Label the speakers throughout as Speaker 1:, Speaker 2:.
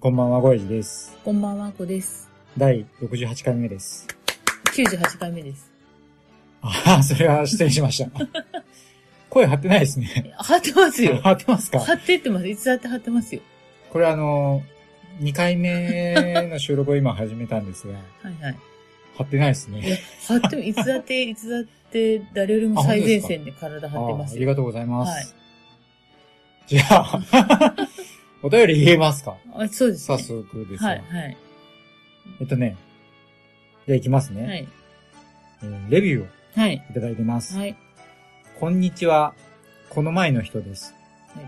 Speaker 1: こんばんは、ごえじです。
Speaker 2: こんばんはこです
Speaker 1: 第68回目です。
Speaker 2: 98回目です
Speaker 1: ああ、それは失礼しました。 声張ってないですね。
Speaker 2: 貼ってますよ
Speaker 1: 張ってますか
Speaker 2: 貼ってってますいつだって貼ってますよ
Speaker 1: これあの、2回目の収録を今始めたんですが、
Speaker 2: はいはい
Speaker 1: 張ってないです
Speaker 2: いや
Speaker 1: ね。
Speaker 2: 貼ってもいつだっていつだって誰よりも最前線で体張ってま
Speaker 1: あ
Speaker 2: す
Speaker 1: ーあ
Speaker 2: よ
Speaker 1: りがとうございます。
Speaker 2: はい
Speaker 1: じゃあ、 お便り言えますか
Speaker 2: あそうです、ね、
Speaker 1: 早速ですが、
Speaker 2: はいはい
Speaker 1: えっとね、じゃあ行きますね、
Speaker 2: はい
Speaker 1: えーレビューを
Speaker 2: はい
Speaker 1: いただいてます。
Speaker 2: はい
Speaker 1: こんにちは。この前の人です。
Speaker 2: はい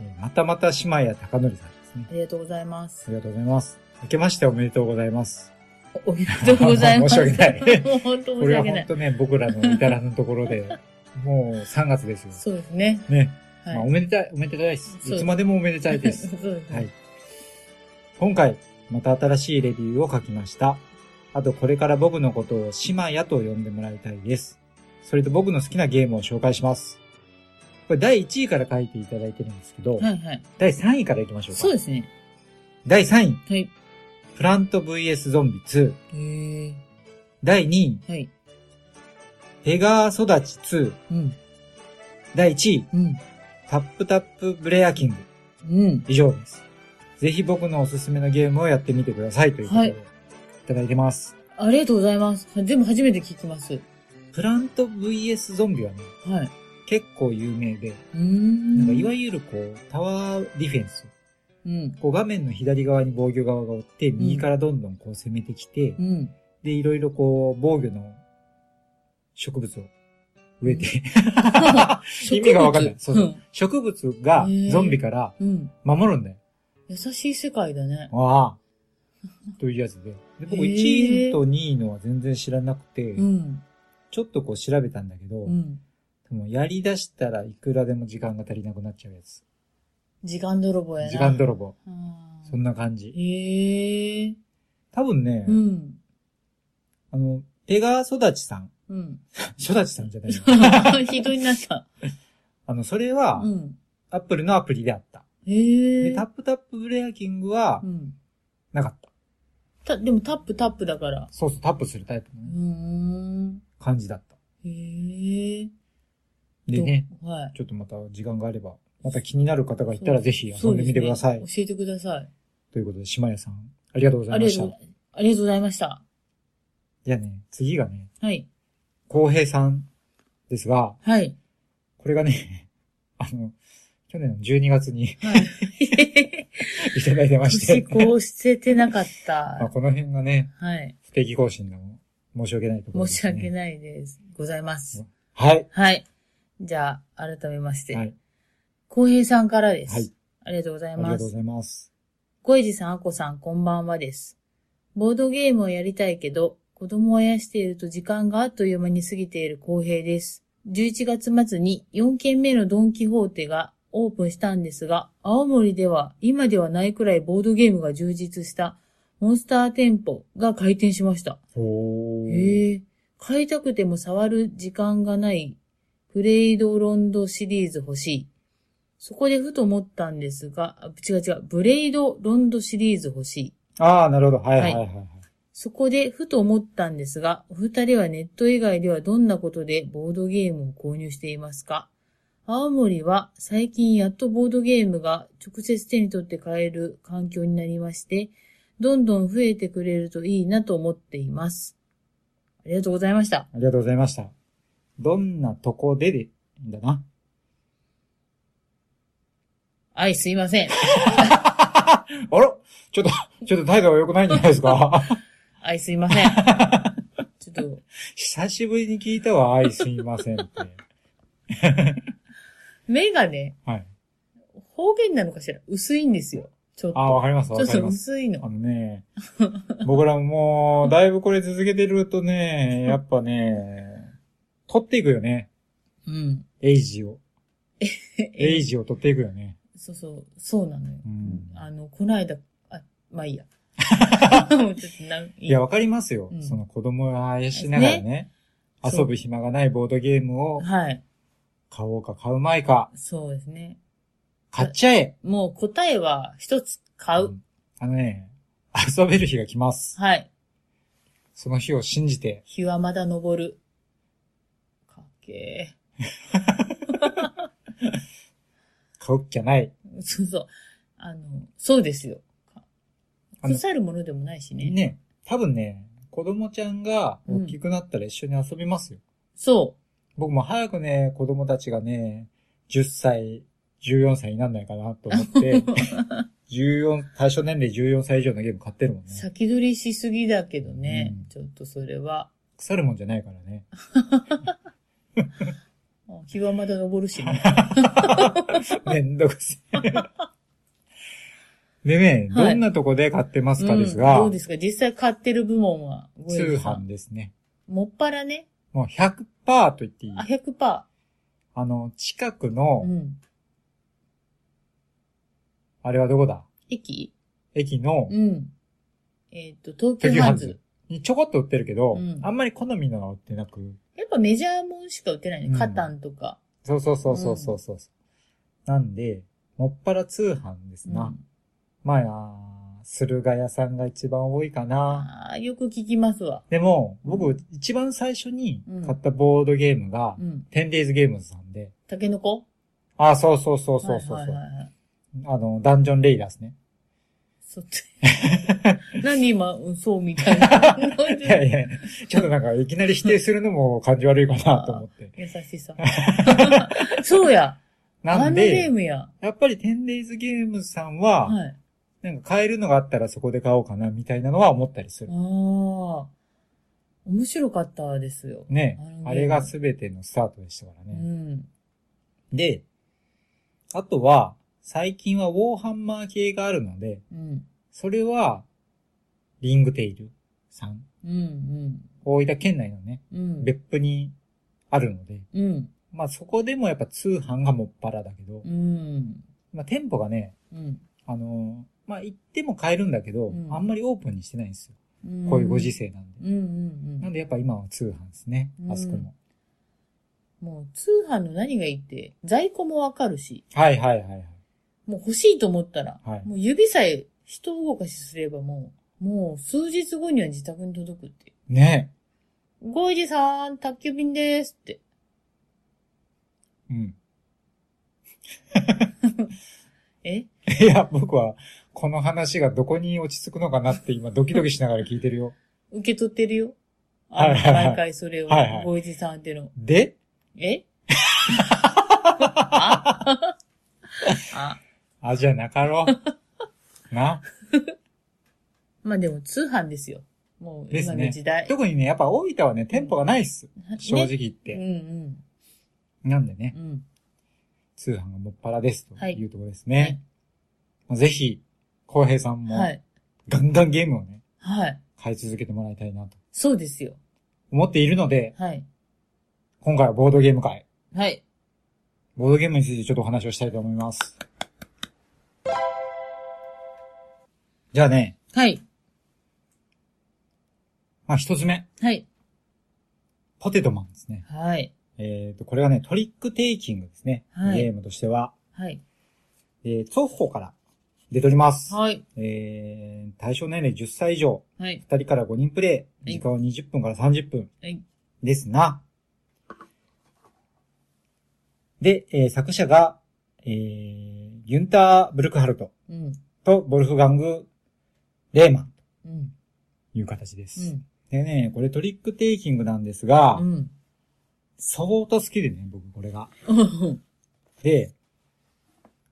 Speaker 1: えーまたまた姉妹や高則さんですね。
Speaker 2: ありがとうございま
Speaker 1: あ
Speaker 2: す
Speaker 1: りがとうございます。明けましておめでとうございます。
Speaker 2: おめでとうございます
Speaker 1: 申し訳ない
Speaker 2: もう本当
Speaker 1: こ
Speaker 2: 申し
Speaker 1: れは
Speaker 2: 訳な
Speaker 1: 本
Speaker 2: い
Speaker 1: 当ね、僕らの至らぬところで、 もう3月ですよ。
Speaker 2: そうですね
Speaker 1: ね。
Speaker 2: は
Speaker 1: まあ、おめでたい、おめでたいです。
Speaker 2: そう
Speaker 1: いつまでもおめでたいで す
Speaker 2: そ。うですね
Speaker 1: はい。今回、また新しいレビューを書きました。あと、これから僕のことをシマヤと呼んでもらいたいです。それと僕の好きなゲームを紹介します。これ第1位から書いていただいてるんですけど、
Speaker 2: はいはい
Speaker 1: 第3位からいきましょうか。
Speaker 2: そうですね
Speaker 1: 第3位、
Speaker 2: はい
Speaker 1: プラント VS ゾンビ2。
Speaker 2: へえ
Speaker 1: 第2位、
Speaker 2: はい
Speaker 1: ペガー育ち2。
Speaker 2: うん
Speaker 1: 第1位、
Speaker 2: うん
Speaker 1: タップタップブレアキング。
Speaker 2: うん
Speaker 1: 以上です。ぜひ僕のおすすめのゲームをやってみてくださいということで、
Speaker 2: はい
Speaker 1: い、ただいてます。
Speaker 2: ありがとうございます全部初めて聞きます
Speaker 1: プラント VS ゾンビはね、
Speaker 2: はい
Speaker 1: 結構有名で、
Speaker 2: うーん
Speaker 1: なんかいわゆるこう、タワーディフェンス。
Speaker 2: うん
Speaker 1: こう画面の左側に防御側がおって、右からどんどんこう攻めてきて、
Speaker 2: うん
Speaker 1: で、いろいろこう、防御の植物を植 えて、意味がわかんない。そうそう。植物が
Speaker 2: へえ
Speaker 1: ゾンビから
Speaker 2: うんうん
Speaker 1: 守るんだよ。
Speaker 2: 優しい世界だね
Speaker 1: ああ。 というやつで。で僕
Speaker 2: へえ
Speaker 1: 1位と2位のは全然知らなくて、
Speaker 2: うん
Speaker 1: ちょっとこう調べたんだけど、
Speaker 2: うん
Speaker 1: でもやり出したらいくらでも時間が足りなくなっちゃうやつ。
Speaker 2: 時間泥棒やな
Speaker 1: 時間泥棒。
Speaker 2: あー
Speaker 1: そんな感じ。
Speaker 2: へえ
Speaker 1: 多分ね、
Speaker 2: うん
Speaker 1: あの、ペガ育ちさん。
Speaker 2: うん
Speaker 1: 育ちさんじゃないよ
Speaker 2: ひどいなった。
Speaker 1: あの、それは
Speaker 2: う、ん。
Speaker 1: アップルのアプリであった。
Speaker 2: へ
Speaker 1: で、
Speaker 2: え。
Speaker 1: タップタップブレアキングは
Speaker 2: う、ん。
Speaker 1: なかった。
Speaker 2: た、でもタップタップだから。
Speaker 1: そうそう、タップするタイプの
Speaker 2: うー
Speaker 1: ね
Speaker 2: ん。
Speaker 1: 感じだった。
Speaker 2: へえ。
Speaker 1: でね、
Speaker 2: ど。はい。
Speaker 1: ちょっとまた時間があれば、また気になる方がいたらぜひ遊んでみてください。
Speaker 2: そうですね教えてください。
Speaker 1: ということで、島屋さん、ありがとうござ
Speaker 2: あ
Speaker 1: いま
Speaker 2: りが
Speaker 1: し
Speaker 2: と
Speaker 1: た。
Speaker 2: う、ありがとうございました。
Speaker 1: じゃあね、次がね、
Speaker 2: はい。
Speaker 1: 浩平さんですが、
Speaker 2: はい。
Speaker 1: これがね、 あの、去年の12月に い
Speaker 2: はい。
Speaker 1: ただい てまして
Speaker 2: 年、越せてなかっ
Speaker 1: まあ、
Speaker 2: た。
Speaker 1: この辺がね、
Speaker 2: はい。
Speaker 1: 不定期更新の申し訳ないところ
Speaker 2: 申
Speaker 1: で
Speaker 2: し
Speaker 1: す、ね。
Speaker 2: 訳
Speaker 1: い。
Speaker 2: ないです。ございます。
Speaker 1: はい。
Speaker 2: はい。じゃあ、改めまして。
Speaker 1: はい。
Speaker 2: 浩平さんからです。
Speaker 1: はい。
Speaker 2: ありがとうござ
Speaker 1: あ
Speaker 2: い
Speaker 1: りがと
Speaker 2: ま
Speaker 1: うご
Speaker 2: す。
Speaker 1: ざいます。
Speaker 2: 小ジさん、あこさん、こんばんはです。ボードゲームをやりたいけど、子供をあやしていると時間があっという間に過ぎている公平です。11月末に4軒目のドンキホーテがオープンしたんですが、青森では今ではないくらいボードゲームが充実したモンスター店舗が開店しました。
Speaker 1: おー。
Speaker 2: へえ、買いたくても触る時間がない、プレイドロンドシリーズ欲しい。そこでふと思ったんですが、あ違う違う、ブレイドロンドシリーズ欲しい。
Speaker 1: ああ、なるほど。はいはいはい、はい
Speaker 2: そこでふと思ったんですが、お二人はネット以外ではどんなことでボードゲームを購入していますか青森は最近やっとボードゲームが直接手に取って買える環境になりまして、どんどん増えてくれるといいなと思っています。ありがとうございました。
Speaker 1: ありがとうございました。どんなとこでで、だな。
Speaker 2: はい、すいません。
Speaker 1: あらちょっと、ちょっと態度が良くないんじゃないですか
Speaker 2: はい、すいません。ちょっと、
Speaker 1: 久しぶりに聞いたわ。はい、すいませんって。
Speaker 2: メガネ、
Speaker 1: はい。
Speaker 2: 方言なのかしら薄いんですよ。ちょっと。
Speaker 1: あ、わかりますわ
Speaker 2: ちょっ
Speaker 1: かり
Speaker 2: と
Speaker 1: ます。
Speaker 2: 薄い
Speaker 1: あ
Speaker 2: の。
Speaker 1: のね、僕らももう、だいぶこれ続けてるとね、やっぱね、取っていくよね。
Speaker 2: うん。
Speaker 1: エイジを。エ
Speaker 2: え
Speaker 1: イジを取っていくよね。
Speaker 2: そうそう、そうなのよ。
Speaker 1: うん
Speaker 2: あの、こないだ、あ、ま あいいや。もうちょっとなん、い
Speaker 1: いや、わかりますよ。
Speaker 2: うん
Speaker 1: その子供をあやしながらね
Speaker 2: そう
Speaker 1: 遊ぶ暇がないボードゲームを
Speaker 2: はい。
Speaker 1: 買おうか買うまいか、
Speaker 2: そうですね。
Speaker 1: 買っちゃえ
Speaker 2: もう答えは一つ買う。
Speaker 1: うんあのね、遊べる日が来ます。
Speaker 2: はい。
Speaker 1: その日を信じて、
Speaker 2: 日はまだ昇る。かっけ
Speaker 1: 買うっきゃない。
Speaker 2: ー。そうそう。あの、そうですよ。
Speaker 1: あの
Speaker 2: 腐るものでもないしね。
Speaker 1: ね、多分ね、子供ちゃんが大きくなったら一緒に遊びますよ。
Speaker 2: そ
Speaker 1: 僕も早くね、子供たちがね、10歳、14歳になんないかなと 思って、14、対象年齢14歳以上のゲーム買ってるもん
Speaker 2: う。
Speaker 1: ね。
Speaker 2: 先取りしすぎだけどね。
Speaker 1: うん
Speaker 2: ちょっとそれは。
Speaker 1: 腐るもんじゃないからね。
Speaker 2: あ日はまだ昇るし ね。
Speaker 1: めんどくせえ。 でね、
Speaker 2: はい
Speaker 1: どんなとこで買ってますかです
Speaker 2: うん
Speaker 1: が、
Speaker 2: どうですか実際買ってる部門は。ゴエ
Speaker 1: 通
Speaker 2: ルさん
Speaker 1: 販。ですね。
Speaker 2: もっぱらね。
Speaker 1: もう100%と言っていい
Speaker 2: あ、。100%。
Speaker 1: あの、近く
Speaker 2: う
Speaker 1: の、
Speaker 2: ん。
Speaker 1: あれはどこだ
Speaker 2: 駅
Speaker 1: 駅の、
Speaker 2: うん。えっ、と、東
Speaker 1: 東
Speaker 2: 急
Speaker 1: 急
Speaker 2: ハ
Speaker 1: ハ
Speaker 2: ン
Speaker 1: ン
Speaker 2: ズ
Speaker 1: ズ。にちょこっと売ってるけど、
Speaker 2: うん
Speaker 1: あんまり好みのが売ってなく、
Speaker 2: やっぱメジャーもんしか売ってないね。
Speaker 1: うん
Speaker 2: カタンとか。
Speaker 1: そうそうそうそうそうそう。なんで、もっぱら通販ですな。
Speaker 2: うん
Speaker 1: まあ、駿河屋さんが一番多いかな。
Speaker 2: ああ、よく聞きますわ。
Speaker 1: でも、
Speaker 2: う
Speaker 1: 僕
Speaker 2: ん、
Speaker 1: 一番最初に買ったボードゲームが
Speaker 2: う、ん。
Speaker 1: テンデイズゲームズさんで、
Speaker 2: タケノコ
Speaker 1: あ、そうそうそうそうそうそう、
Speaker 2: はいはいはいはい。
Speaker 1: あの、ダンジョンレイダーですね。
Speaker 2: そっち。 何今、うんそうみたいな。
Speaker 1: いやいや、ちょっとなんかいきなり否定するのも感じ悪いかなと思って。
Speaker 2: 優しさ。そうや。
Speaker 1: な
Speaker 2: あ
Speaker 1: ん
Speaker 2: のゲ
Speaker 1: で
Speaker 2: ー、ムや。
Speaker 1: やっぱりテンデイズゲームズさんは、
Speaker 2: はい。
Speaker 1: なんか買えるのがあったらそこで買おうかなみたいなのは思ったりす
Speaker 2: ああ
Speaker 1: る。。
Speaker 2: 面白かったですよ。
Speaker 1: ね
Speaker 2: あのゲー、ム
Speaker 1: あれが全てのスタートでしたから
Speaker 2: う
Speaker 1: ね。
Speaker 2: ん。
Speaker 1: で、あとは、最近はウォーハンマー系があるので、
Speaker 2: うん。
Speaker 1: それは、リングテイルさん。
Speaker 2: うん。
Speaker 1: 大分県内のね、
Speaker 2: うん。うん。
Speaker 1: 別府にあるので、
Speaker 2: うん。
Speaker 1: まあそこでもやっぱ通販がもっぱらだけど、
Speaker 2: うん。
Speaker 1: まあ店舗がね、
Speaker 2: うん。
Speaker 1: あのーまあ行っても買えるんだけど、
Speaker 2: うん
Speaker 1: あんまりオープンにしてないんですよ。
Speaker 2: うん
Speaker 1: こういうご時。世なんで。
Speaker 2: うんうんう
Speaker 1: なん
Speaker 2: ん。
Speaker 1: でやっぱ今は通販ですね
Speaker 2: う。ん
Speaker 1: あそこも。
Speaker 2: もう通販の何がいいって、在庫もわかるし、
Speaker 1: はいはいはいはい。
Speaker 2: もう欲しいと思ったら、
Speaker 1: はい
Speaker 2: もう指さえ人動かしすればもう、もう数日後には自宅に届くって。
Speaker 1: ね
Speaker 2: ゴイジさん、宅急便ですって。
Speaker 1: え。うん。
Speaker 2: え
Speaker 1: いや、僕は、この話がどこに落ち着くのかなって今ドキドキしながら聞いてるよ。
Speaker 2: 受け取ってるよ。あの
Speaker 1: はいはいはい
Speaker 2: 毎回それを
Speaker 1: はいは、い
Speaker 2: ゴイジさんっての。
Speaker 1: で、
Speaker 2: えああ
Speaker 1: あ、じゃなか ろう。な。
Speaker 2: まあでも通販ですよ。もう
Speaker 1: です
Speaker 2: 今
Speaker 1: ね
Speaker 2: の時代。
Speaker 1: 特にね、やっぱ大分はね、店舗がないっす。
Speaker 2: ね
Speaker 1: 正直言っ
Speaker 2: う
Speaker 1: て。
Speaker 2: ん
Speaker 1: なんでね
Speaker 2: うん。、うん。
Speaker 1: 通販がもっぱらです。と
Speaker 2: はい
Speaker 1: いうところですね。まあぜひ、浩平さんも、
Speaker 2: はい。
Speaker 1: ガンガンゲームをね、
Speaker 2: はい。
Speaker 1: 買い続けてもらいたいなと
Speaker 2: そうですよ。
Speaker 1: 思っているので、
Speaker 2: はい。
Speaker 1: 今回はボードゲーム会。
Speaker 2: はい。
Speaker 1: ボードゲームについてちょっとお話をしたいと思います。じゃあね、
Speaker 2: はい。
Speaker 1: まあ一つ目、
Speaker 2: はい。
Speaker 1: ポテトマンですね。
Speaker 2: はい。
Speaker 1: えっ、と、これはね、トリックテイキングですね。
Speaker 2: はい
Speaker 1: ゲームとしては。
Speaker 2: はい。
Speaker 1: えー、ソッホから出ております。
Speaker 2: はい。
Speaker 1: えー、対象年齢10歳以上、
Speaker 2: はい。
Speaker 1: 2人から5人プレ
Speaker 2: い
Speaker 1: イ、時間は20分から30分
Speaker 2: はい。
Speaker 1: ですな。で、えー作者が、えー、ギュンター・ブルクハルト
Speaker 2: うん。
Speaker 1: とボルフガング・レーマン
Speaker 2: うん。
Speaker 1: という形です。
Speaker 2: うん。
Speaker 1: でね、これトリックテイキングなんですが、
Speaker 2: うん。
Speaker 1: 相当好きでね、僕これが。
Speaker 2: うん
Speaker 1: で、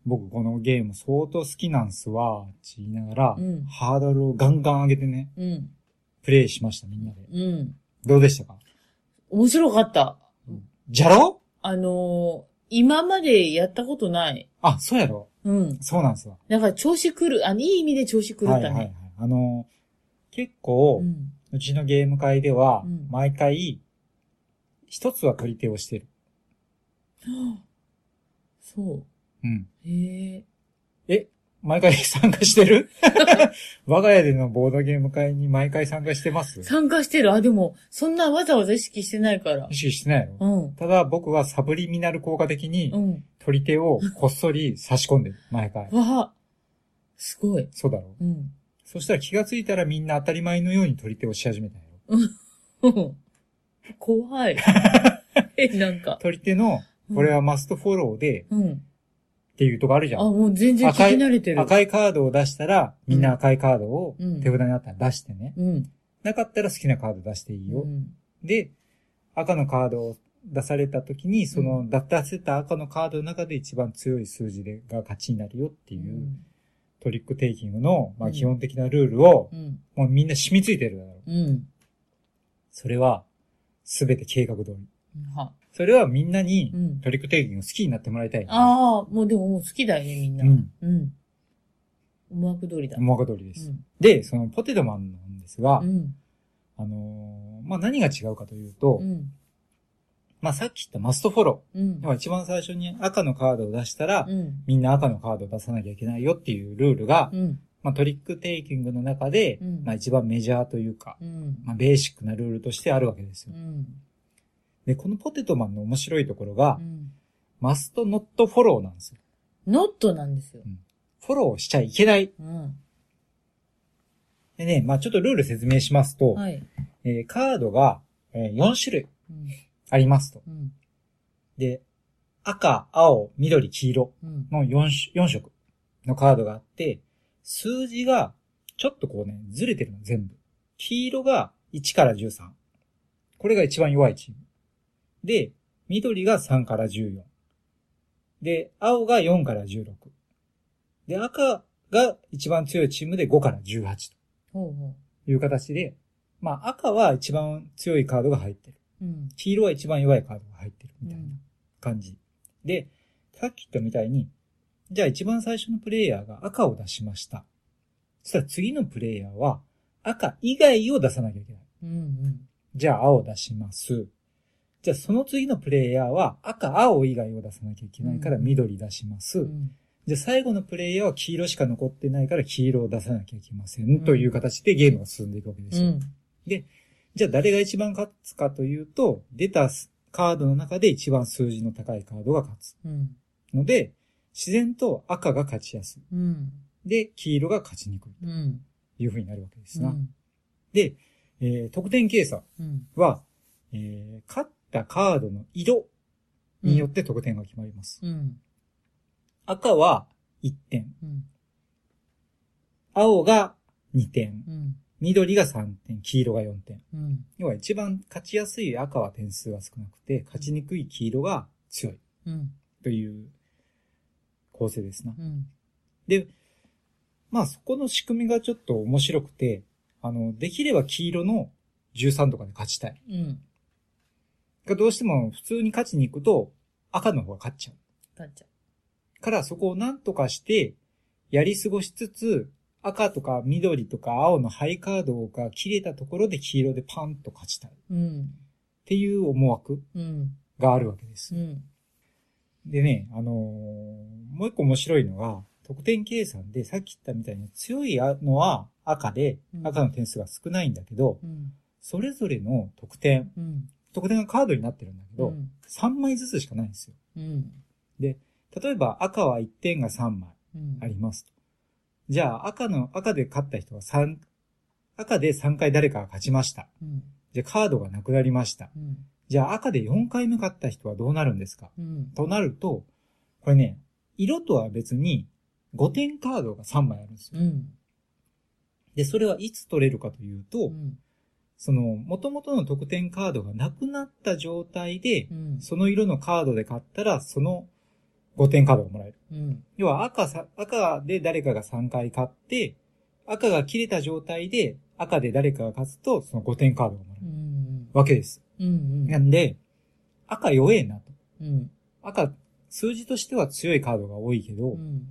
Speaker 1: 僕このゲーム相当好きなんすわ、って言いながら、
Speaker 2: うん
Speaker 1: ハードルをガンガン上げてね、
Speaker 2: うん。
Speaker 1: プレイしました、みんなで。
Speaker 2: うん。
Speaker 1: どうでしたか
Speaker 2: 面白かった。
Speaker 1: じゃろ
Speaker 2: あのー今までやったことない。
Speaker 1: あ、そうやろ
Speaker 2: うん。
Speaker 1: そうなんですよ。
Speaker 2: だから調子狂る、あの、いい意味で調子狂
Speaker 1: は
Speaker 2: っ
Speaker 1: い
Speaker 2: た
Speaker 1: はいはい
Speaker 2: ね。。
Speaker 1: あの、結
Speaker 2: う
Speaker 1: 構、
Speaker 2: ん。
Speaker 1: うちのゲーム会では
Speaker 2: うん、
Speaker 1: 毎回、一つは取り手をしてる。
Speaker 2: そ
Speaker 1: うん。
Speaker 2: う。へえ。
Speaker 1: 毎回参加してる 我が家でのボードゲーム会に毎回参加してます
Speaker 2: 参加してる。あ、でも、そんなわざわざ意識してないから
Speaker 1: 意。識してないの
Speaker 2: うん。
Speaker 1: ただ僕はサブリミナル効果的に
Speaker 2: うん。
Speaker 1: 取り手をこっそり差し込んでる。毎回。
Speaker 2: わあ。すごい。
Speaker 1: そうだろう。
Speaker 2: うん。
Speaker 1: そしたら気がついたらみんな当たり前のように取り手をし始めたよ。
Speaker 2: うん怖い。 え、なんか。
Speaker 1: 取り手の、これはマストフォローで
Speaker 2: うん。
Speaker 1: っていうとこあるじ
Speaker 2: あ、
Speaker 1: ゃん。
Speaker 2: もう全然聞き慣れてる。
Speaker 1: 赤いカードを出したら、みんな赤いカードを
Speaker 2: うん
Speaker 1: 手札にあったら出してね。
Speaker 2: うん。
Speaker 1: なかったら好きなカード出していいよ。
Speaker 2: うん
Speaker 1: で、赤のカードを出された時に、その、出せた赤のカードの中で一番強い数字でが勝ちになるよっていう、トリックテイキングの、まあ、
Speaker 2: うん
Speaker 1: 基本的なルールを
Speaker 2: う、ん。
Speaker 1: もうみんな染みついてるだろ
Speaker 2: う
Speaker 1: う。
Speaker 2: ん。
Speaker 1: それは、すべて計画通り。
Speaker 2: は。
Speaker 1: それはみんなに
Speaker 2: うん、
Speaker 1: トリックテイキング好きになってもらいたい。
Speaker 2: ああ、もうでももう好きだよね、みんな。
Speaker 1: うん。
Speaker 2: うん。思惑通りだ。
Speaker 1: 思惑通りで
Speaker 2: う
Speaker 1: す。
Speaker 2: ん。
Speaker 1: で、そのポテトマンなんですが、
Speaker 2: うん。
Speaker 1: あのーまあ、何が違うかというと、
Speaker 2: うん。
Speaker 1: まあ、さっき言ったマストフォロ
Speaker 2: うん
Speaker 1: ー。要。は一番最初に赤のカードを出したら、
Speaker 2: うん。
Speaker 1: みんな赤のカードを出さなきゃいけないよっていうルールが、
Speaker 2: うん。
Speaker 1: まあ、トリックテイキングの中で、
Speaker 2: うん
Speaker 1: まあ、一番メジャーというか、
Speaker 2: うん。
Speaker 1: まあ、ベーシックなルールとしてあるわけです
Speaker 2: う
Speaker 1: よ。
Speaker 2: ん。
Speaker 1: で、このポテトマンの面白いところが
Speaker 2: う、ん。
Speaker 1: マストノットフォローなんですよ。
Speaker 2: ノットなんですよ。
Speaker 1: フォローしちゃいけない。
Speaker 2: うん。
Speaker 1: でね、まあ、ちょっとルール説明しますと、
Speaker 2: はい。
Speaker 1: えーカードが、えー4種類
Speaker 2: うん。
Speaker 1: ありますと。
Speaker 2: うん。
Speaker 1: で、赤、青、緑、黄色
Speaker 2: うん。
Speaker 1: の 4, 4色のカードがあって、数字がちょっとこうね、ずれてるの全部。黄色が1から13。これが一番弱いチーム。で、緑が3から14。で、青が4から16。で、赤が一番強いチームで5から18と
Speaker 2: ほうほ
Speaker 1: いう形で、まあ赤は一番強いカードが入ってる。
Speaker 2: う。うん。
Speaker 1: 黄色は一番弱いカードが入ってるみたいな。
Speaker 2: うん
Speaker 1: 感じ。で、さっき言ったみたいに、じゃあ一番最初のプレイヤーが赤を出しました。そしたら次のプレイヤーは赤以外を出さなきゃいけない。
Speaker 2: うん。
Speaker 1: じゃあ青を出します。じゃあその次のプレイヤーは赤、青以外を出さなきゃいけないから
Speaker 2: うん
Speaker 1: 緑出します。
Speaker 2: うん。
Speaker 1: じゃあ最後のプレイヤーは黄色しか残ってないから黄色を出さなきゃいけません。という形でゲームが進んでいくわけです
Speaker 2: う
Speaker 1: よ。
Speaker 2: ん。
Speaker 1: じゃあ誰が一番勝つかというと、出たカードの中で一番数字の高いカードが勝つ。
Speaker 2: うん。
Speaker 1: ので、自然と赤が勝ちやすい。
Speaker 2: うん。
Speaker 1: で、黄色が勝ちにくい
Speaker 2: うん。
Speaker 1: という風になるわけです
Speaker 2: う
Speaker 1: な。
Speaker 2: ん。
Speaker 1: で、えー得点計算
Speaker 2: うん。
Speaker 1: は、えー勝ったカードの色によって得点が決まります。
Speaker 2: うん。
Speaker 1: 赤は1点、
Speaker 2: うん。
Speaker 1: 青が2点、
Speaker 2: うん。
Speaker 1: 緑が3点、黄色が4点。
Speaker 2: うん。
Speaker 1: 要は一番勝ちやすい赤は点数が少なくて、勝ちにくい黄色が強い
Speaker 2: うん。
Speaker 1: という構成ですな。
Speaker 2: うん。
Speaker 1: で、まあそこの仕組みがちょっと面白くて、あの、できれば黄色の13とかで勝ちたい。
Speaker 2: うん。
Speaker 1: がどうしても普通に勝ちに行くと赤の方が勝っちゃ
Speaker 2: 勝っちゃ
Speaker 1: う。からそこをなんとかしてやり過ごしつつ、赤とか緑とか青のハイカードが切れたところで黄色でパンと勝ちたい。っ
Speaker 2: う。うん。
Speaker 1: ていう思惑
Speaker 2: うん。
Speaker 1: があるわけです
Speaker 2: う。ん。
Speaker 1: でね、あのーもう一個面白いのが、得点計算でさっき言ったみたいに強いのは赤で
Speaker 2: う、ん
Speaker 1: 赤の点数が少ないんだけど、
Speaker 2: うん。
Speaker 1: それぞれの得点、
Speaker 2: うん。
Speaker 1: 得点がカードになってるんだけ
Speaker 2: う
Speaker 1: ど、
Speaker 2: ん。
Speaker 1: 3枚ずつしかないんですよ。
Speaker 2: うん。
Speaker 1: 例えば赤は1点が3枚
Speaker 2: うん。
Speaker 1: ありますと。じゃあ赤の、赤で勝った人は3、赤で3回誰かが勝ちました。
Speaker 2: うん。
Speaker 1: じゃあカードがなくなりました。
Speaker 2: うん。
Speaker 1: じゃあ赤で4回目勝った人はどうなるんですか
Speaker 2: うん。
Speaker 1: となると、これね、色とは別に5点カードが3枚あるんですよ。
Speaker 2: うん。
Speaker 1: で、それはいつ取れるかというと、
Speaker 2: うん。
Speaker 1: その、元々の得点カードがなくなった状態で
Speaker 2: う、ん。
Speaker 1: その色のカードで買ったら、その5点カードがもらえる。
Speaker 2: うん。
Speaker 1: 要は赤さ、赤で誰かが3回買って、赤が切れた状態で、赤で誰かが勝つと、その5点カードがもらえ
Speaker 2: う
Speaker 1: る
Speaker 2: ん。
Speaker 1: わけです。
Speaker 2: うん。
Speaker 1: なんで、赤弱えなと。
Speaker 2: うん。
Speaker 1: 赤、数字としては強いカードが多いけど、
Speaker 2: うん。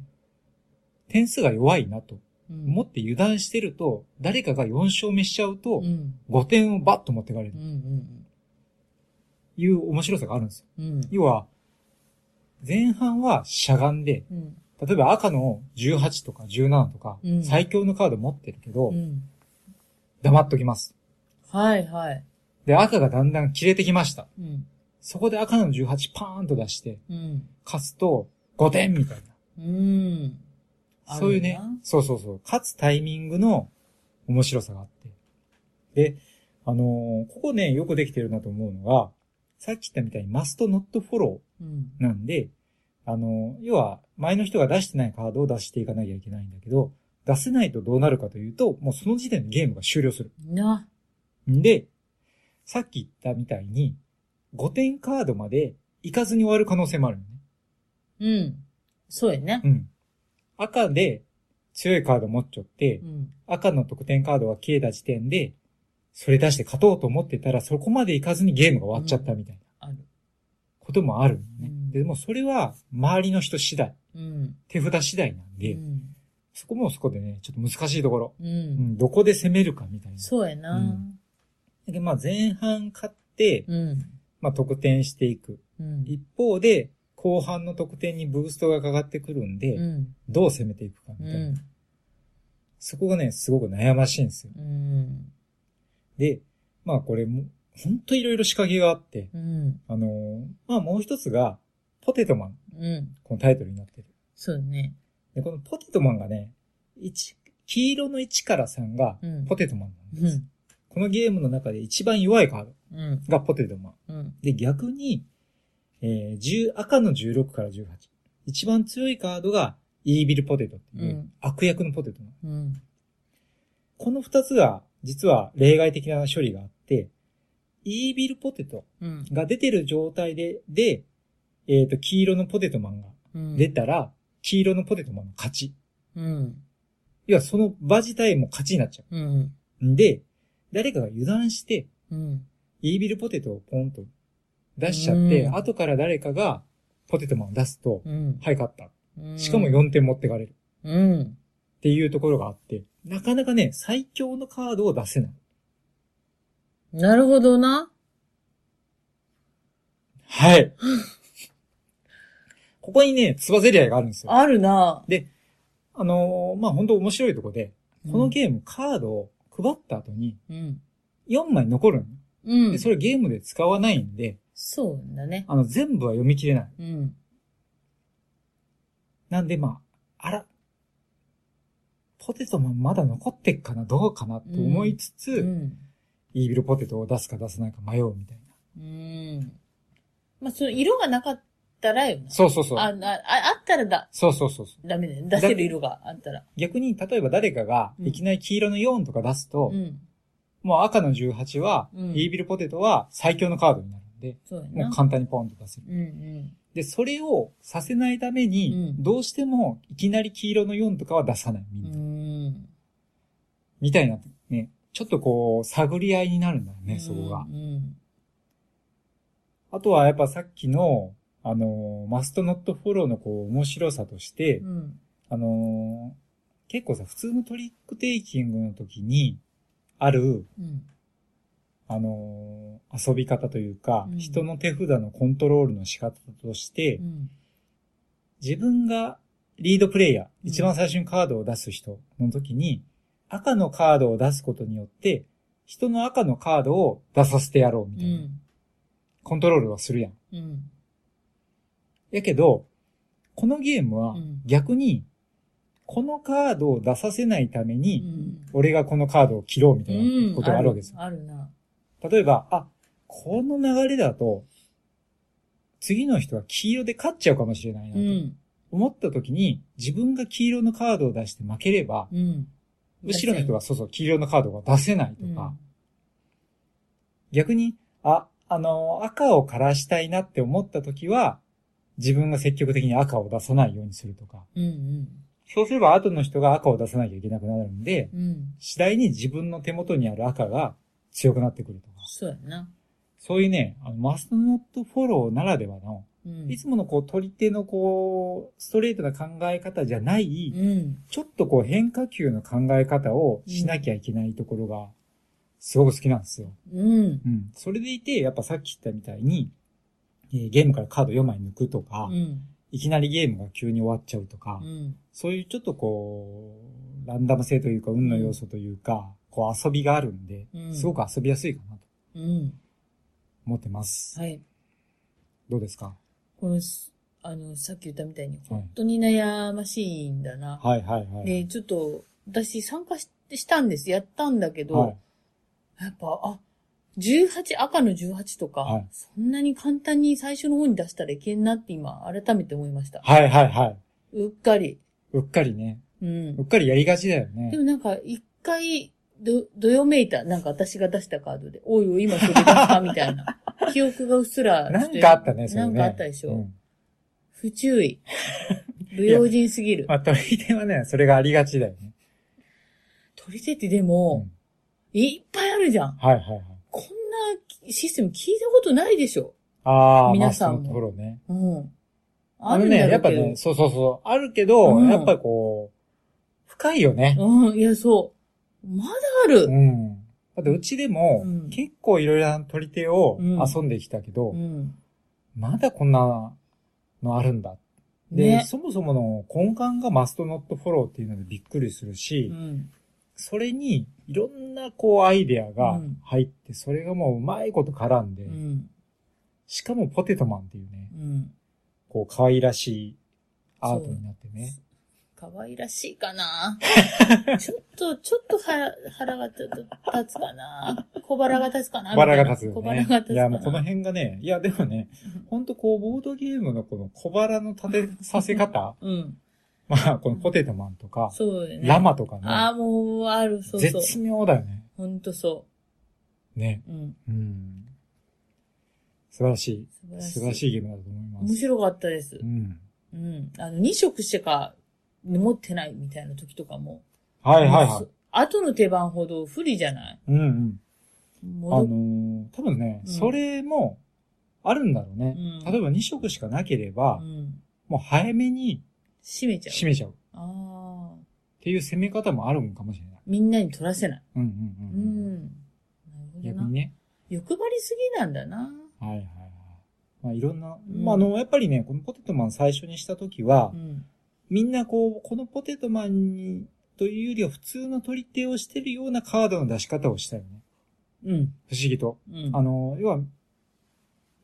Speaker 1: 点数が弱いなと
Speaker 2: うん
Speaker 1: 思って油断してると、誰かが4勝目しちゃうと
Speaker 2: う、ん。
Speaker 1: 5点をバッと持ってかれる
Speaker 2: うん。うん。
Speaker 1: いう面白さがあるんですよ。
Speaker 2: うん。
Speaker 1: 要は、前半はしゃがんで、
Speaker 2: うん。
Speaker 1: 例えば赤の18とか17とか
Speaker 2: う、ん
Speaker 1: 最強のカード持ってるけど、
Speaker 2: うん。
Speaker 1: 黙っときます。
Speaker 2: はいはい。
Speaker 1: で、赤がだんだん切れてきました。
Speaker 2: うん。
Speaker 1: そこで赤の18パーンと出して、
Speaker 2: うん。
Speaker 1: 勝つと5点みたい
Speaker 2: うん。
Speaker 1: な。そういうね
Speaker 2: あるな、
Speaker 1: そうそうそう、勝つタイミングの面白さがあって。で、あのーここね、よくできてるなと思うのが、さっき言ったみたいにマストノットフォロ
Speaker 2: うん。
Speaker 1: ーなんで、あのー要は前の人が出してないカードを出していかなきゃいけないんだけど、出せないとどうなるかというと、もうその時点でゲームが終了する。
Speaker 2: な。
Speaker 1: で、さっき言ったみたいに、5点カードまで行かずに終わる可能性もあるのね。
Speaker 2: うん。そうやね。
Speaker 1: うん。赤で強いカード持っちゃって
Speaker 2: う、ん。
Speaker 1: 赤の得点カードが消えた時点で、それ出して勝とうと思ってたら、そこまで行かずにゲームが終わっちゃったみたいな
Speaker 2: ある。
Speaker 1: こともあるのね。
Speaker 2: うん
Speaker 1: でもそれは周りの人次第、
Speaker 2: うん。
Speaker 1: 手札次第なん
Speaker 2: う
Speaker 1: で、
Speaker 2: ん。
Speaker 1: そこもそこでね、ちょっと難しいところ。
Speaker 2: う。
Speaker 1: うんん、どこで攻めるかみたいな。
Speaker 2: そうやな。
Speaker 1: だけどまあ前半勝って、
Speaker 2: うん。
Speaker 1: まあ得点していく。
Speaker 2: うん。
Speaker 1: 一方で、後半の得点にブーストがかかってくるんで、
Speaker 2: うん。
Speaker 1: どう攻めていくかみ
Speaker 2: う
Speaker 1: たいな。
Speaker 2: ん。
Speaker 1: そこがね、すごく悩ましいんですよ。
Speaker 2: うん。
Speaker 1: で、まあこれも、ほんといろいろ仕掛けがあって、
Speaker 2: うん。
Speaker 1: あのーまあもう一つが、ポテトマン、
Speaker 2: うん。
Speaker 1: このタイトルになってる。
Speaker 2: そうね。
Speaker 1: で、このポテトマンがね、一黄色の1から3が
Speaker 2: うん
Speaker 1: ポテトマンなん
Speaker 2: う
Speaker 1: です。
Speaker 2: ん。
Speaker 1: このゲームの中で一番弱いカード
Speaker 2: うん。
Speaker 1: がポテトマン。
Speaker 2: うん。
Speaker 1: で、逆に、えー、10赤の16から18。一番強いカードがイービルポテトっていう、
Speaker 2: うん
Speaker 1: 悪役のポテトマン。
Speaker 2: うん。
Speaker 1: この二つが、実は例外的な処理があって、イービルポテト
Speaker 2: うん。
Speaker 1: が出てる状態で、で、えっ、と、黄色のポテトマンが
Speaker 2: うん。
Speaker 1: 出たら、黄色のポテトマンの勝ち。
Speaker 2: うん。
Speaker 1: 要はその場自体も勝ちになっちゃ
Speaker 2: うん。
Speaker 1: う。んで、誰かが油断して、
Speaker 2: うん。
Speaker 1: イービルポテトをポンと出しちゃって、
Speaker 2: うん
Speaker 1: 後から誰かがポテトマンを出すと、
Speaker 2: うん。
Speaker 1: はい、勝った。
Speaker 2: うん
Speaker 1: しかも4点持ってかれる。
Speaker 2: うん。
Speaker 1: っていうところがあって、なかなかね、最強のカードを出せない。
Speaker 2: なるほどな。
Speaker 1: はい。 ここにね、つばぜり合いがあるんですよ。あ、
Speaker 2: あるな。
Speaker 1: のーまあ、本当面白いとこで、このゲーム、カードを配った後に、
Speaker 2: うん。
Speaker 1: 4枚残るの。
Speaker 2: う
Speaker 1: で、
Speaker 2: ん。
Speaker 1: それゲームで使わないんで、
Speaker 2: そうだね。
Speaker 1: あの、全部は読み切れない。
Speaker 2: うん。
Speaker 1: なんで、まあ、あら、ポテトもまだ残ってっかな、どうかなと思いつつ、
Speaker 2: うん。
Speaker 1: イービルポテトを出すか出さないか迷うみたいな。
Speaker 2: うん。まあ、その色がなかったらよな。
Speaker 1: そうそうそう。
Speaker 2: あ、なああったらだ、
Speaker 1: そうそうそうそう。
Speaker 2: ダメだよ。出せる色があったら。
Speaker 1: 逆に、例えば誰かが、
Speaker 2: うん
Speaker 1: いきなり黄色の4とか出すと、
Speaker 2: うん。
Speaker 1: もう赤の18は、
Speaker 2: うん
Speaker 1: イービルポテトは最強のカードになるんで、
Speaker 2: そうや
Speaker 1: もう
Speaker 2: な。
Speaker 1: 簡単にポンと出せる。
Speaker 2: うんうん。
Speaker 1: で、それをさせないために
Speaker 2: う、ん
Speaker 1: どうしてもいきなり黄色の4とかは出さない、み
Speaker 2: うん
Speaker 1: な。
Speaker 2: ん。
Speaker 1: みたいな、ね。ちょっとこう、探り合いになるんだよね、そこが
Speaker 2: う。ん。
Speaker 1: あとはやっぱさっきの、あのーマストノットフォローのこう、面白さとして、
Speaker 2: うん。
Speaker 1: あのー結構さ、普通のトリックテイキングの時に、ある、
Speaker 2: うん。
Speaker 1: あのー遊び方というか、
Speaker 2: うん
Speaker 1: 人の手札のコントロールの仕方として、
Speaker 2: うん。
Speaker 1: 自分がリードプレイヤー、
Speaker 2: うん
Speaker 1: 一番最初にカードを出す人の時に、赤のカードを出すことによって、人の赤のカードを出させてやろうみ
Speaker 2: う
Speaker 1: たいな、
Speaker 2: ん。
Speaker 1: コントロールはするやん。
Speaker 2: うん。
Speaker 1: やけど、このゲームは
Speaker 2: うん
Speaker 1: 逆に、このカードを出させないため
Speaker 2: う
Speaker 1: に、
Speaker 2: ん。
Speaker 1: 俺がこのカードを切ろうみたいなことがあるわけですよ。
Speaker 2: あるな。
Speaker 1: 例えば、あ、この流れだと、次の人は黄色で勝っちゃうかもしれないうなと
Speaker 2: ん。
Speaker 1: 思った時に、自分が黄色のカードを出して負ければ、
Speaker 2: うん。
Speaker 1: 後ろの人がそうそう黄色のカードが出せないと
Speaker 2: うん。
Speaker 1: か、逆に、あ、あの、赤を枯らしたいなって思った時は、自分が積極的に赤を出さないようにするとか、
Speaker 2: うん。
Speaker 1: そうすれば後の人が赤を出さなきゃいけなくなるんで、
Speaker 2: うん。うん。
Speaker 1: 次第に自分の手元にある赤が強くなってくるとか。
Speaker 2: そうやな。
Speaker 1: そういうね、あのマストノットフォローならではの
Speaker 2: うん。
Speaker 1: いつものこう、取り手のこう、ストレートな考え方じゃない、
Speaker 2: うん。
Speaker 1: ちょっとこう、変化球の考え方をしなきゃいけないところが、すごく好きなんですよ。
Speaker 2: うん。
Speaker 1: うん。それでいて、やっぱさっき言ったみたいに、えーゲームからカード4枚抜くとか、
Speaker 2: うん。
Speaker 1: いきなりゲームが急に終わっちゃうとか、
Speaker 2: うん。
Speaker 1: そういうちょっとこう、ランダム性というか、運の要素というか、こう遊びがあるんで、
Speaker 2: うん
Speaker 1: すごく遊びやすいかなと
Speaker 2: うん。
Speaker 1: 思ってます。
Speaker 2: はい。
Speaker 1: どうですか
Speaker 2: このす、あの、さっき言ったみたいに、
Speaker 1: はい
Speaker 2: 本当に悩ましいんだな。
Speaker 1: はいはいはい。
Speaker 2: で、ちょっと、私参加ししたんです。やったんだけど、
Speaker 1: はい、
Speaker 2: やっぱ、あ、18、赤の18とか、
Speaker 1: はい
Speaker 2: そんなに簡単に最初の方に出したらいけんなって今、改めて思いました。
Speaker 1: はいはいは
Speaker 2: うっかり。
Speaker 1: い。うっかりね。
Speaker 2: うん
Speaker 1: うっ。かりやりがちだよね
Speaker 2: で。もなんか、一回、ど、どよめいた。なんか私が出したカードで、おいおい、今それ出したみたい な。記憶がうっすら。
Speaker 1: なんかあったね、それ
Speaker 2: な
Speaker 1: ね。
Speaker 2: んかあったでしょ。
Speaker 1: うん
Speaker 2: 不注意。不用心すぎる
Speaker 1: ま。あ、取り手はね、それがありがちだよね。
Speaker 2: 取り手ってでも、いっぱいあるじゃん。
Speaker 1: はいはいはい。
Speaker 2: こんなシステム聞いたことないでしょ。
Speaker 1: ああ、
Speaker 2: 皆さん
Speaker 1: まあ、そのところね。
Speaker 2: うん。
Speaker 1: あ
Speaker 2: あ
Speaker 1: の
Speaker 2: るんだろうけ
Speaker 1: ね、
Speaker 2: ど。
Speaker 1: やっぱね、そうそうそう。あるけど、
Speaker 2: うん
Speaker 1: やっぱりこう、深いよね。
Speaker 2: うん、いや、そう。まだある
Speaker 1: う。ん。だってうちでも
Speaker 2: うん、
Speaker 1: 結構いろいろな取り手を
Speaker 2: うん
Speaker 1: 遊んできたけど、
Speaker 2: うん。
Speaker 1: まだこんなのあるんだ。で、
Speaker 2: ね。
Speaker 1: そもそもの根幹がマストノットフォローっていうのでびっくりするし、
Speaker 2: うん。
Speaker 1: それにいろんなこうアイデア
Speaker 2: う
Speaker 1: が
Speaker 2: ん
Speaker 1: 入って、それがもううまいこと絡んで、
Speaker 2: うん。
Speaker 1: しかもポテトマンっていうね、
Speaker 2: うん。
Speaker 1: こう可愛らしいアートになってね。
Speaker 2: 可愛らしいか なちょっと、ちょっと腹、腹が立つかな小腹が立つかな
Speaker 1: 小腹が立つ
Speaker 2: 小
Speaker 1: よ
Speaker 2: 腹が
Speaker 1: ね
Speaker 2: 立つ。か
Speaker 1: い
Speaker 2: な
Speaker 1: や、もうこの辺がね、いや、でもね、ほんとこう、ボードゲームのこの小腹の立てさせ方
Speaker 2: うん。
Speaker 1: まあ、このポテトマンとか、
Speaker 2: そうだよね。
Speaker 1: ラマとか
Speaker 2: ああ、
Speaker 1: ね、
Speaker 2: もう、ある、そうそう。
Speaker 1: 絶妙だよね。
Speaker 2: ほんとそ
Speaker 1: ね。
Speaker 2: う。うん。
Speaker 1: うん。素晴らしい。
Speaker 2: 素晴らしい。
Speaker 1: 素晴らしいゲームだと思います。
Speaker 2: 面白かったです
Speaker 1: う。ん。
Speaker 2: うん。あの、2色しか持ってないみたいな時とかも。
Speaker 1: はいはいはい。
Speaker 2: 後の手番ほど不利じゃない
Speaker 1: うんうん。あ
Speaker 2: 戻
Speaker 1: の
Speaker 2: っ
Speaker 1: ー多分ね、
Speaker 2: うん
Speaker 1: それも、あるんだろうね。
Speaker 2: うん
Speaker 1: 例えば2色しかなければ、
Speaker 2: うん。
Speaker 1: もう早めに
Speaker 2: 閉めちゃう。
Speaker 1: 締めちゃう。っ
Speaker 2: ああ。
Speaker 1: ていう攻め方もあるんかもしれない。
Speaker 2: みんなに取らせない。
Speaker 1: うん
Speaker 2: う
Speaker 1: うんうん。
Speaker 2: ん。なる
Speaker 1: 逆
Speaker 2: ほどな。
Speaker 1: にね。
Speaker 2: 欲張りすぎなんだな。
Speaker 1: はいはいはい。まあいろんな、
Speaker 2: うん
Speaker 1: まああの、やっぱりね、このポテトマン最初にした時は、
Speaker 2: うん。
Speaker 1: みんなこう、このポテトマンに、というよりは普通の取り手をしてるようなカードの出し方をしたよね。
Speaker 2: うん。
Speaker 1: 不思議と。
Speaker 2: うん。
Speaker 1: あの、要は、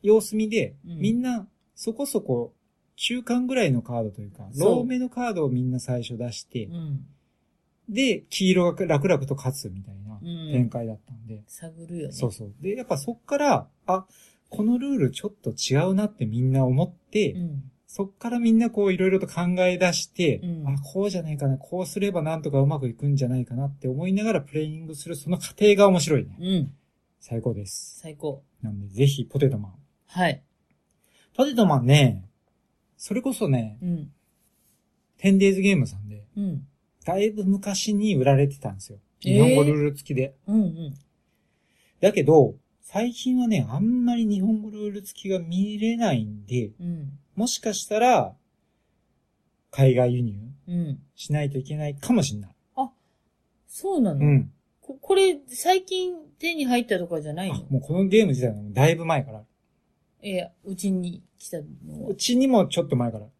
Speaker 1: 様子見で、
Speaker 2: うん
Speaker 1: みんな、そこそこ、中間ぐらいのカードというか、
Speaker 2: そう
Speaker 1: ローめのカードをみんな最初出して
Speaker 2: う、ん。
Speaker 1: で、黄色が楽々と勝つみたいな
Speaker 2: うん
Speaker 1: 展開だったんで、
Speaker 2: 探るよね。
Speaker 1: そうそう。で、やっぱそっから、あ、このルールちょっと違うなってみんな思って、
Speaker 2: うん。
Speaker 1: そっからみんなこういろいろと考え出して、
Speaker 2: うん
Speaker 1: あ、こうじゃないかな、こうすればなんとかうまくいくんじゃないかなって思いながらプレイングするその過程が面白いね。
Speaker 2: うん。
Speaker 1: 最高です。
Speaker 2: 最高。
Speaker 1: なんで、ぜひポテトマン。
Speaker 2: はい。
Speaker 1: ポテトマンね、それこそね、
Speaker 2: うん。
Speaker 1: 10 days ゲームさんで、
Speaker 2: うん。
Speaker 1: だいぶ昔に売られてたんですよ。
Speaker 2: えー
Speaker 1: 日本語ルール付きで。
Speaker 2: うんうん。
Speaker 1: だけど、最近はね、あんまり日本語ルール付きが見れないんで、
Speaker 2: うん。
Speaker 1: もしかしたら、海外輸入
Speaker 2: うん。
Speaker 1: しないといけないかもしれない。
Speaker 2: そうなの、
Speaker 1: うん。
Speaker 2: ここれ、最近手に入ったとかじゃない
Speaker 1: あ
Speaker 2: の
Speaker 1: もうこのゲーム自体はもうだいぶ前から。
Speaker 2: いや、うちに来たのは
Speaker 1: う。ちにもちょっと前から。も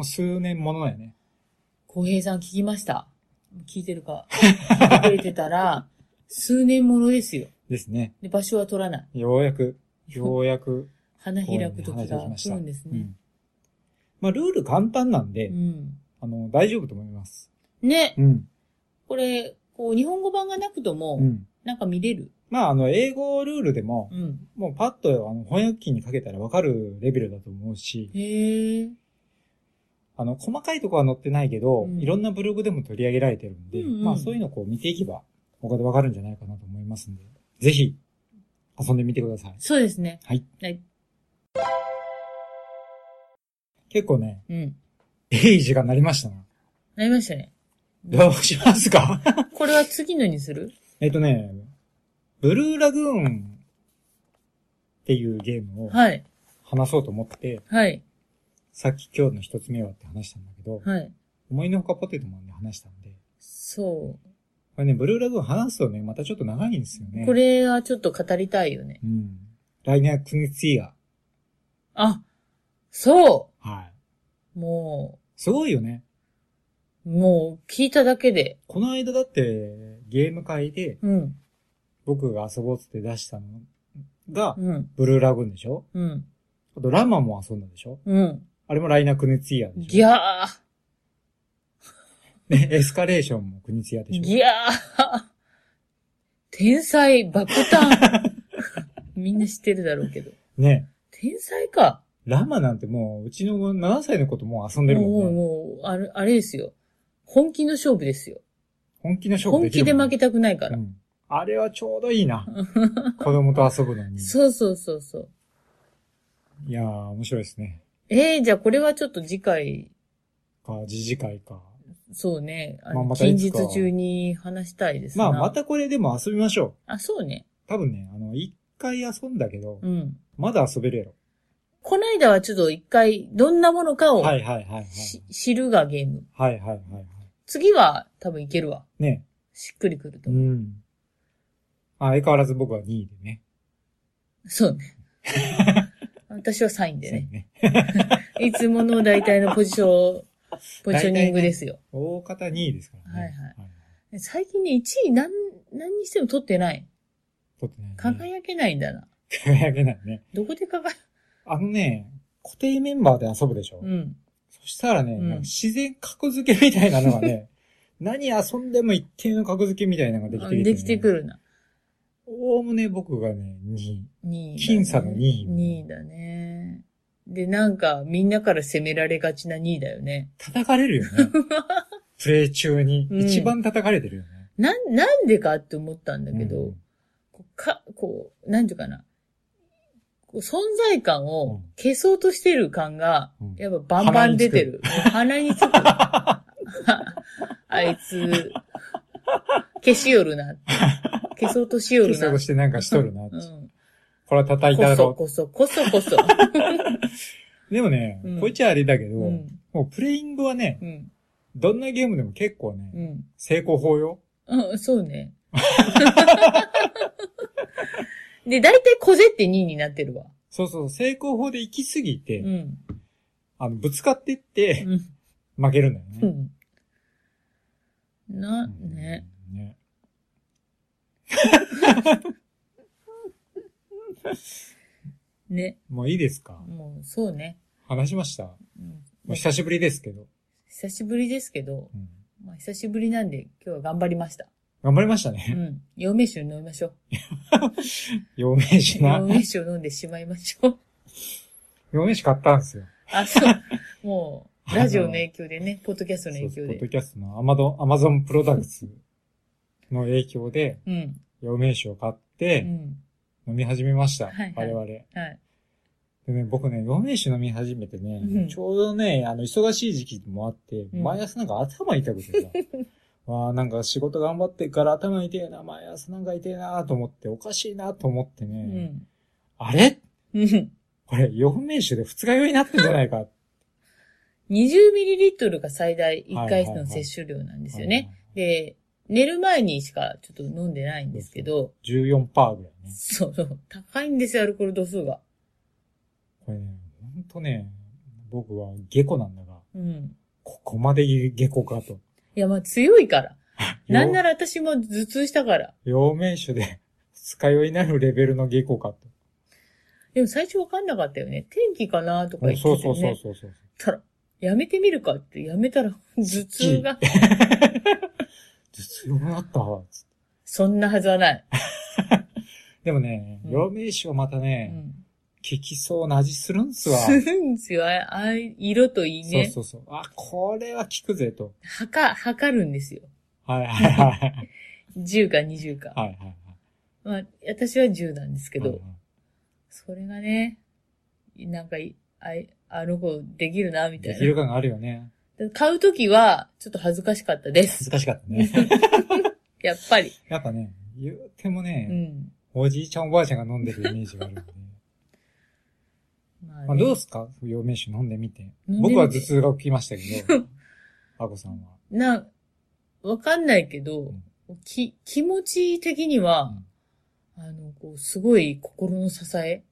Speaker 1: う数年ものだよね。
Speaker 2: 浩平さん聞きました。聞いてるか。聞いてくれてたら、数年ものですよ。
Speaker 1: ですね。
Speaker 2: で、場所は取らない。
Speaker 1: ようやく、ようやく。
Speaker 2: 花開く時
Speaker 1: こういうの
Speaker 2: が
Speaker 1: が
Speaker 2: 来るんです
Speaker 1: う
Speaker 2: ね。
Speaker 1: んまあ、ルール簡単なんで、
Speaker 2: うん。
Speaker 1: あの、大丈夫と思います。
Speaker 2: ね、
Speaker 1: うん。
Speaker 2: これ、こう、日本語版がなくとも
Speaker 1: う、ん。
Speaker 2: なんか見れる。
Speaker 1: まあ、あの、英語ルールでも
Speaker 2: う、ん。
Speaker 1: もうパッと、あの、翻訳機にかけたらわかるレベルだと思うし、
Speaker 2: へえ。
Speaker 1: あの、細かいとこは載ってないけど、
Speaker 2: うん
Speaker 1: いろんなブログでも取り上げられてるんで、
Speaker 2: うんうん
Speaker 1: まあ、そういうのをこう見ていけば、他でわかるんじゃないかなと思いますんで、ぜひ、遊んでみてください。
Speaker 2: そうですね。
Speaker 1: はい。
Speaker 2: はい。
Speaker 1: 結構ね、
Speaker 2: うん。
Speaker 1: いい時間になりましたな。
Speaker 2: なりましたね。
Speaker 1: どうしますか
Speaker 2: これは次のにする
Speaker 1: えっとね、ブルーラグーンっていうゲームを、
Speaker 2: はい。
Speaker 1: 話そうと思って、
Speaker 2: はい。
Speaker 1: さっき今日の一つ目はって話したんだけど、
Speaker 2: はい。
Speaker 1: 思いのほかポテトマンで話したんで、
Speaker 2: そ
Speaker 1: これね、ブルーラグーン話すとね、またちょっと長いんですよ
Speaker 2: う。
Speaker 1: ね。
Speaker 2: これはちょっと語りたいよね。
Speaker 1: うん。来年はクニツィア。
Speaker 2: あ、そ
Speaker 1: はい。
Speaker 2: うも
Speaker 1: すごいよね。
Speaker 2: う、もう、聞いただけで。
Speaker 1: この間だって、ゲーム会で
Speaker 2: うん、
Speaker 1: 僕が遊ぼうっつって出したのが、
Speaker 2: うん、
Speaker 1: ブルーラグーンでしょ
Speaker 2: うん、
Speaker 1: あとラマも遊んだでしょ
Speaker 2: うん。
Speaker 1: あれもライナークニツィアでし
Speaker 2: ギ
Speaker 1: ょ
Speaker 2: ャー
Speaker 1: ね、エスカレーションもクニツィアでしょ
Speaker 2: ギャー天才爆誕 みんな知ってるだろうけど。
Speaker 1: ね、
Speaker 2: 天才か。
Speaker 1: ラマなんてもう、うちの7歳の子ともう遊ん
Speaker 2: も
Speaker 1: で
Speaker 2: う、
Speaker 1: るもんね。
Speaker 2: もう、あれ、あれですよ。本気の勝負ですよ。
Speaker 1: 本気の勝負
Speaker 2: 本
Speaker 1: でき
Speaker 2: 気
Speaker 1: る
Speaker 2: で
Speaker 1: も
Speaker 2: 負
Speaker 1: んね
Speaker 2: けたくないから
Speaker 1: う。んあれはちょうどい いな。子供と遊ぶのに。
Speaker 2: そうそうそうそう。
Speaker 1: いやー、面白いですね。
Speaker 2: えー、じゃあこれはちょっと次回、
Speaker 1: か、自治会か。
Speaker 2: そうね、あの、
Speaker 1: まあまた
Speaker 2: 近
Speaker 1: いつ
Speaker 2: 日
Speaker 1: か
Speaker 2: 中に話したいです
Speaker 1: ま
Speaker 2: な
Speaker 1: あ、またこれでも遊びましょ
Speaker 2: あ、そうね。
Speaker 1: う。多分ね、あの、一回遊んだけど、
Speaker 2: うん。
Speaker 1: まだ遊べるやろ。
Speaker 2: こないだはちょっと一回、どんなものかを、
Speaker 1: はいはいはいはい。
Speaker 2: し知るがゲーム。
Speaker 1: はいはいはいはい。
Speaker 2: 次は多分いけるわ。
Speaker 1: ね。
Speaker 2: しっくりくると
Speaker 1: う
Speaker 2: 思う。
Speaker 1: ん。まあ、相変わらず僕は2位でね。
Speaker 2: そうね。 私は3位でね。
Speaker 1: ね
Speaker 2: いつもの大体のポジション、ポジショニングですよ。
Speaker 1: 大方2位ですからね。
Speaker 2: はいはい最近ね、1位なん、何にしても取ってない。
Speaker 1: 取ってない、ね。
Speaker 2: 輝けないんだな。
Speaker 1: 輝けないね。
Speaker 2: どこで輝け、
Speaker 1: あのね、固定メンバーで遊ぶでしょ。
Speaker 2: うん。
Speaker 1: そしたらね、
Speaker 2: うん
Speaker 1: なんか自然格付けみたいなのがね、 何遊んでも一定の格付けみたいなのができて
Speaker 2: あ
Speaker 1: きて、ね。
Speaker 2: できてく。るな。
Speaker 1: おおむね僕がね、2位。
Speaker 2: 2位、ね。
Speaker 1: 僅差の二位
Speaker 2: 2位だね。で、なんか、みんなから責められがちな2位だよね。
Speaker 1: 叩か れるよね。プレイ中に。
Speaker 2: うん
Speaker 1: 一番叩かれてるよね。
Speaker 2: なん、なんでかって思ったんだけど、
Speaker 1: うん
Speaker 2: こうか、こう、なんていうかな。こう存在感
Speaker 1: う
Speaker 2: を
Speaker 1: ん
Speaker 2: 消そうとしてる感が
Speaker 1: うん、
Speaker 2: やっぱバンバン出てる。鼻につく。 あいつ、消しよるな。消そうとしよる
Speaker 1: そう
Speaker 2: な
Speaker 1: と。してなんかしとるなって。
Speaker 2: うん。
Speaker 1: これは叩いた
Speaker 2: こそ
Speaker 1: ろ
Speaker 2: こそ、こそこそ。
Speaker 1: う。でもね、
Speaker 2: うん
Speaker 1: こいつはあれだけど、
Speaker 2: うん。
Speaker 1: も うプレイングはね、
Speaker 2: うん。
Speaker 1: どんなゲームでも結構ね、
Speaker 2: うん。
Speaker 1: 成功法よ。
Speaker 2: うん、そうね。で、大体小ゼって2位になってるわ。
Speaker 1: そうそう、成功法で行き過ぎて、
Speaker 2: うん。
Speaker 1: あの、ぶつかってって、
Speaker 2: うん
Speaker 1: 負けるんだよ
Speaker 2: う
Speaker 1: ね。
Speaker 2: ん。な、ね。
Speaker 1: うん。ね。
Speaker 2: ね。
Speaker 1: もういいですか
Speaker 2: もう、そうね。
Speaker 1: 話しました
Speaker 2: うん
Speaker 1: もう久しぶりですけど、
Speaker 2: 久しぶりですけど、
Speaker 1: うん
Speaker 2: まあ、久しぶりなんで今日は頑張りました。
Speaker 1: 頑張りました
Speaker 2: う
Speaker 1: ね。
Speaker 2: ん。陽明酒飲みましょう。
Speaker 1: 陽明酒な
Speaker 2: 陽。明酒を飲んでしまいまし ょう。
Speaker 1: 陽明酒買ったんですよ。
Speaker 2: あ、そう。もう、ラジオの影響でね、ポッドキャストの
Speaker 1: そう
Speaker 2: 影
Speaker 1: そう
Speaker 2: 響
Speaker 1: ポッド
Speaker 2: で。
Speaker 1: キャストのアマドアマゾンプロダクツの影響で、
Speaker 2: うん。
Speaker 1: 陽明酒を買っ
Speaker 2: う
Speaker 1: て、
Speaker 2: ん。
Speaker 1: 飲み始めました。
Speaker 2: はいはい
Speaker 1: 我々。
Speaker 2: はい。
Speaker 1: でね、僕ね、陽明酒飲み始めてね、
Speaker 2: うん
Speaker 1: ちょうどね、あの、忙しい時期もあって、
Speaker 2: うん
Speaker 1: 毎朝なんか頭痛くてさ、 わあなんか仕事頑張ってっから頭痛えな、毎朝なんか痛えなと思って、おかしいなと思ってね、
Speaker 2: うん。
Speaker 1: あれ
Speaker 2: うん。
Speaker 1: これ、陽明酒で二日酔いになってんじゃないか。
Speaker 2: 20ml が最大1
Speaker 1: はい
Speaker 2: 回
Speaker 1: はいはい
Speaker 2: の摂取量なんですよね。。で、寝る前にしかちょっと飲んでないんですけど、
Speaker 1: 14%ぐらいね。
Speaker 2: そうそう、高いんですよ、アルコール度数が。
Speaker 1: これね、ほんとね、僕は下戸なんだが、
Speaker 2: うん。
Speaker 1: ここまで下戸かと。
Speaker 2: いや、まあ強いから。なんなら
Speaker 1: ら
Speaker 2: 私も頭痛したから。
Speaker 1: 陽明酒で二日酔いになるレベルの下戸かと。
Speaker 2: でも最初わかんなかったよね。天気かなとか言ってて、
Speaker 1: そ
Speaker 2: ね。
Speaker 1: うそうそうそうそう。
Speaker 2: たら、やめてみるかって、やめた ら、頭痛が、
Speaker 1: 頭痛くなったわつって
Speaker 2: そんなはずはない。
Speaker 1: でもね、
Speaker 2: うん
Speaker 1: 陽明酒はまた
Speaker 2: う
Speaker 1: ね、
Speaker 2: ん。
Speaker 1: 効きそうな味するんすわ。
Speaker 2: するんですよ。ああ色といい
Speaker 1: そう
Speaker 2: ね。
Speaker 1: そうそう。あ、これは効くぜと。
Speaker 2: はか、測るんですよ。
Speaker 1: はいはいはい。
Speaker 2: 10か20か。
Speaker 1: はいはいはい。
Speaker 2: まあ、私は10なんですけど、
Speaker 1: はいはい
Speaker 2: それがね、なんかい、あいあの子できるな、みた
Speaker 1: で
Speaker 2: い
Speaker 1: きる
Speaker 2: な。
Speaker 1: 感があるよね。
Speaker 2: 買うときは、ちょっと恥ずかしかったです。
Speaker 1: 難しかったね。
Speaker 2: やっぱり。
Speaker 1: やっぱね、言うても
Speaker 2: う
Speaker 1: ね、
Speaker 2: ん。
Speaker 1: おじいちゃんおばあちゃんが飲んでるイメージがあるよね。
Speaker 2: まあね
Speaker 1: まあ、どうすか不要名酒飲んでみて。
Speaker 2: 飲んでみて
Speaker 1: 僕は頭痛が起きました けど、あこさんは。
Speaker 2: な、わかんないけど、き、気持ち的には、あの、こう、すごい心の支え。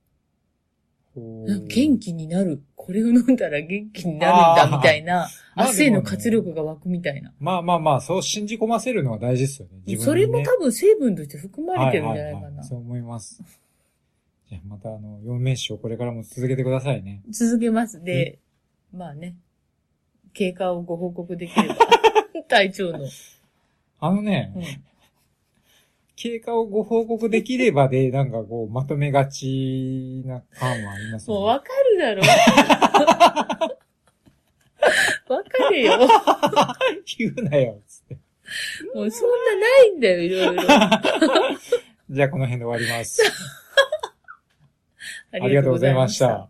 Speaker 2: なんか元
Speaker 1: 気
Speaker 2: 気になる。これを飲んだら元気になるんだ、
Speaker 1: あー
Speaker 2: みたいな。
Speaker 1: まあ
Speaker 2: 明日への活力が湧くみたいな。
Speaker 1: まあまあまあ、そう信じ込ませるのは大事ですよね。自
Speaker 2: そ
Speaker 1: 分
Speaker 2: れ
Speaker 1: に
Speaker 2: も
Speaker 1: ね
Speaker 2: 多分成分として含まれてるんじゃないかな。
Speaker 1: そう思います。じゃあまたあの、4名詞をこれからも続けてくださいね。
Speaker 2: 続けます。で、まあね。経過をご報告でき れば。体調の。
Speaker 1: あのね、
Speaker 2: うん
Speaker 1: 経過をご報告できればで、 なんかこう、まとめがちな感はあります
Speaker 2: もう
Speaker 1: よ
Speaker 2: わ
Speaker 1: ね。
Speaker 2: かるだろ。 わかるよ。
Speaker 1: 言うなよ、つって。
Speaker 2: もうそんなないんだよ、いろいろ。
Speaker 1: じゃあこの辺で終わります。
Speaker 2: あ
Speaker 1: ありがとうございました。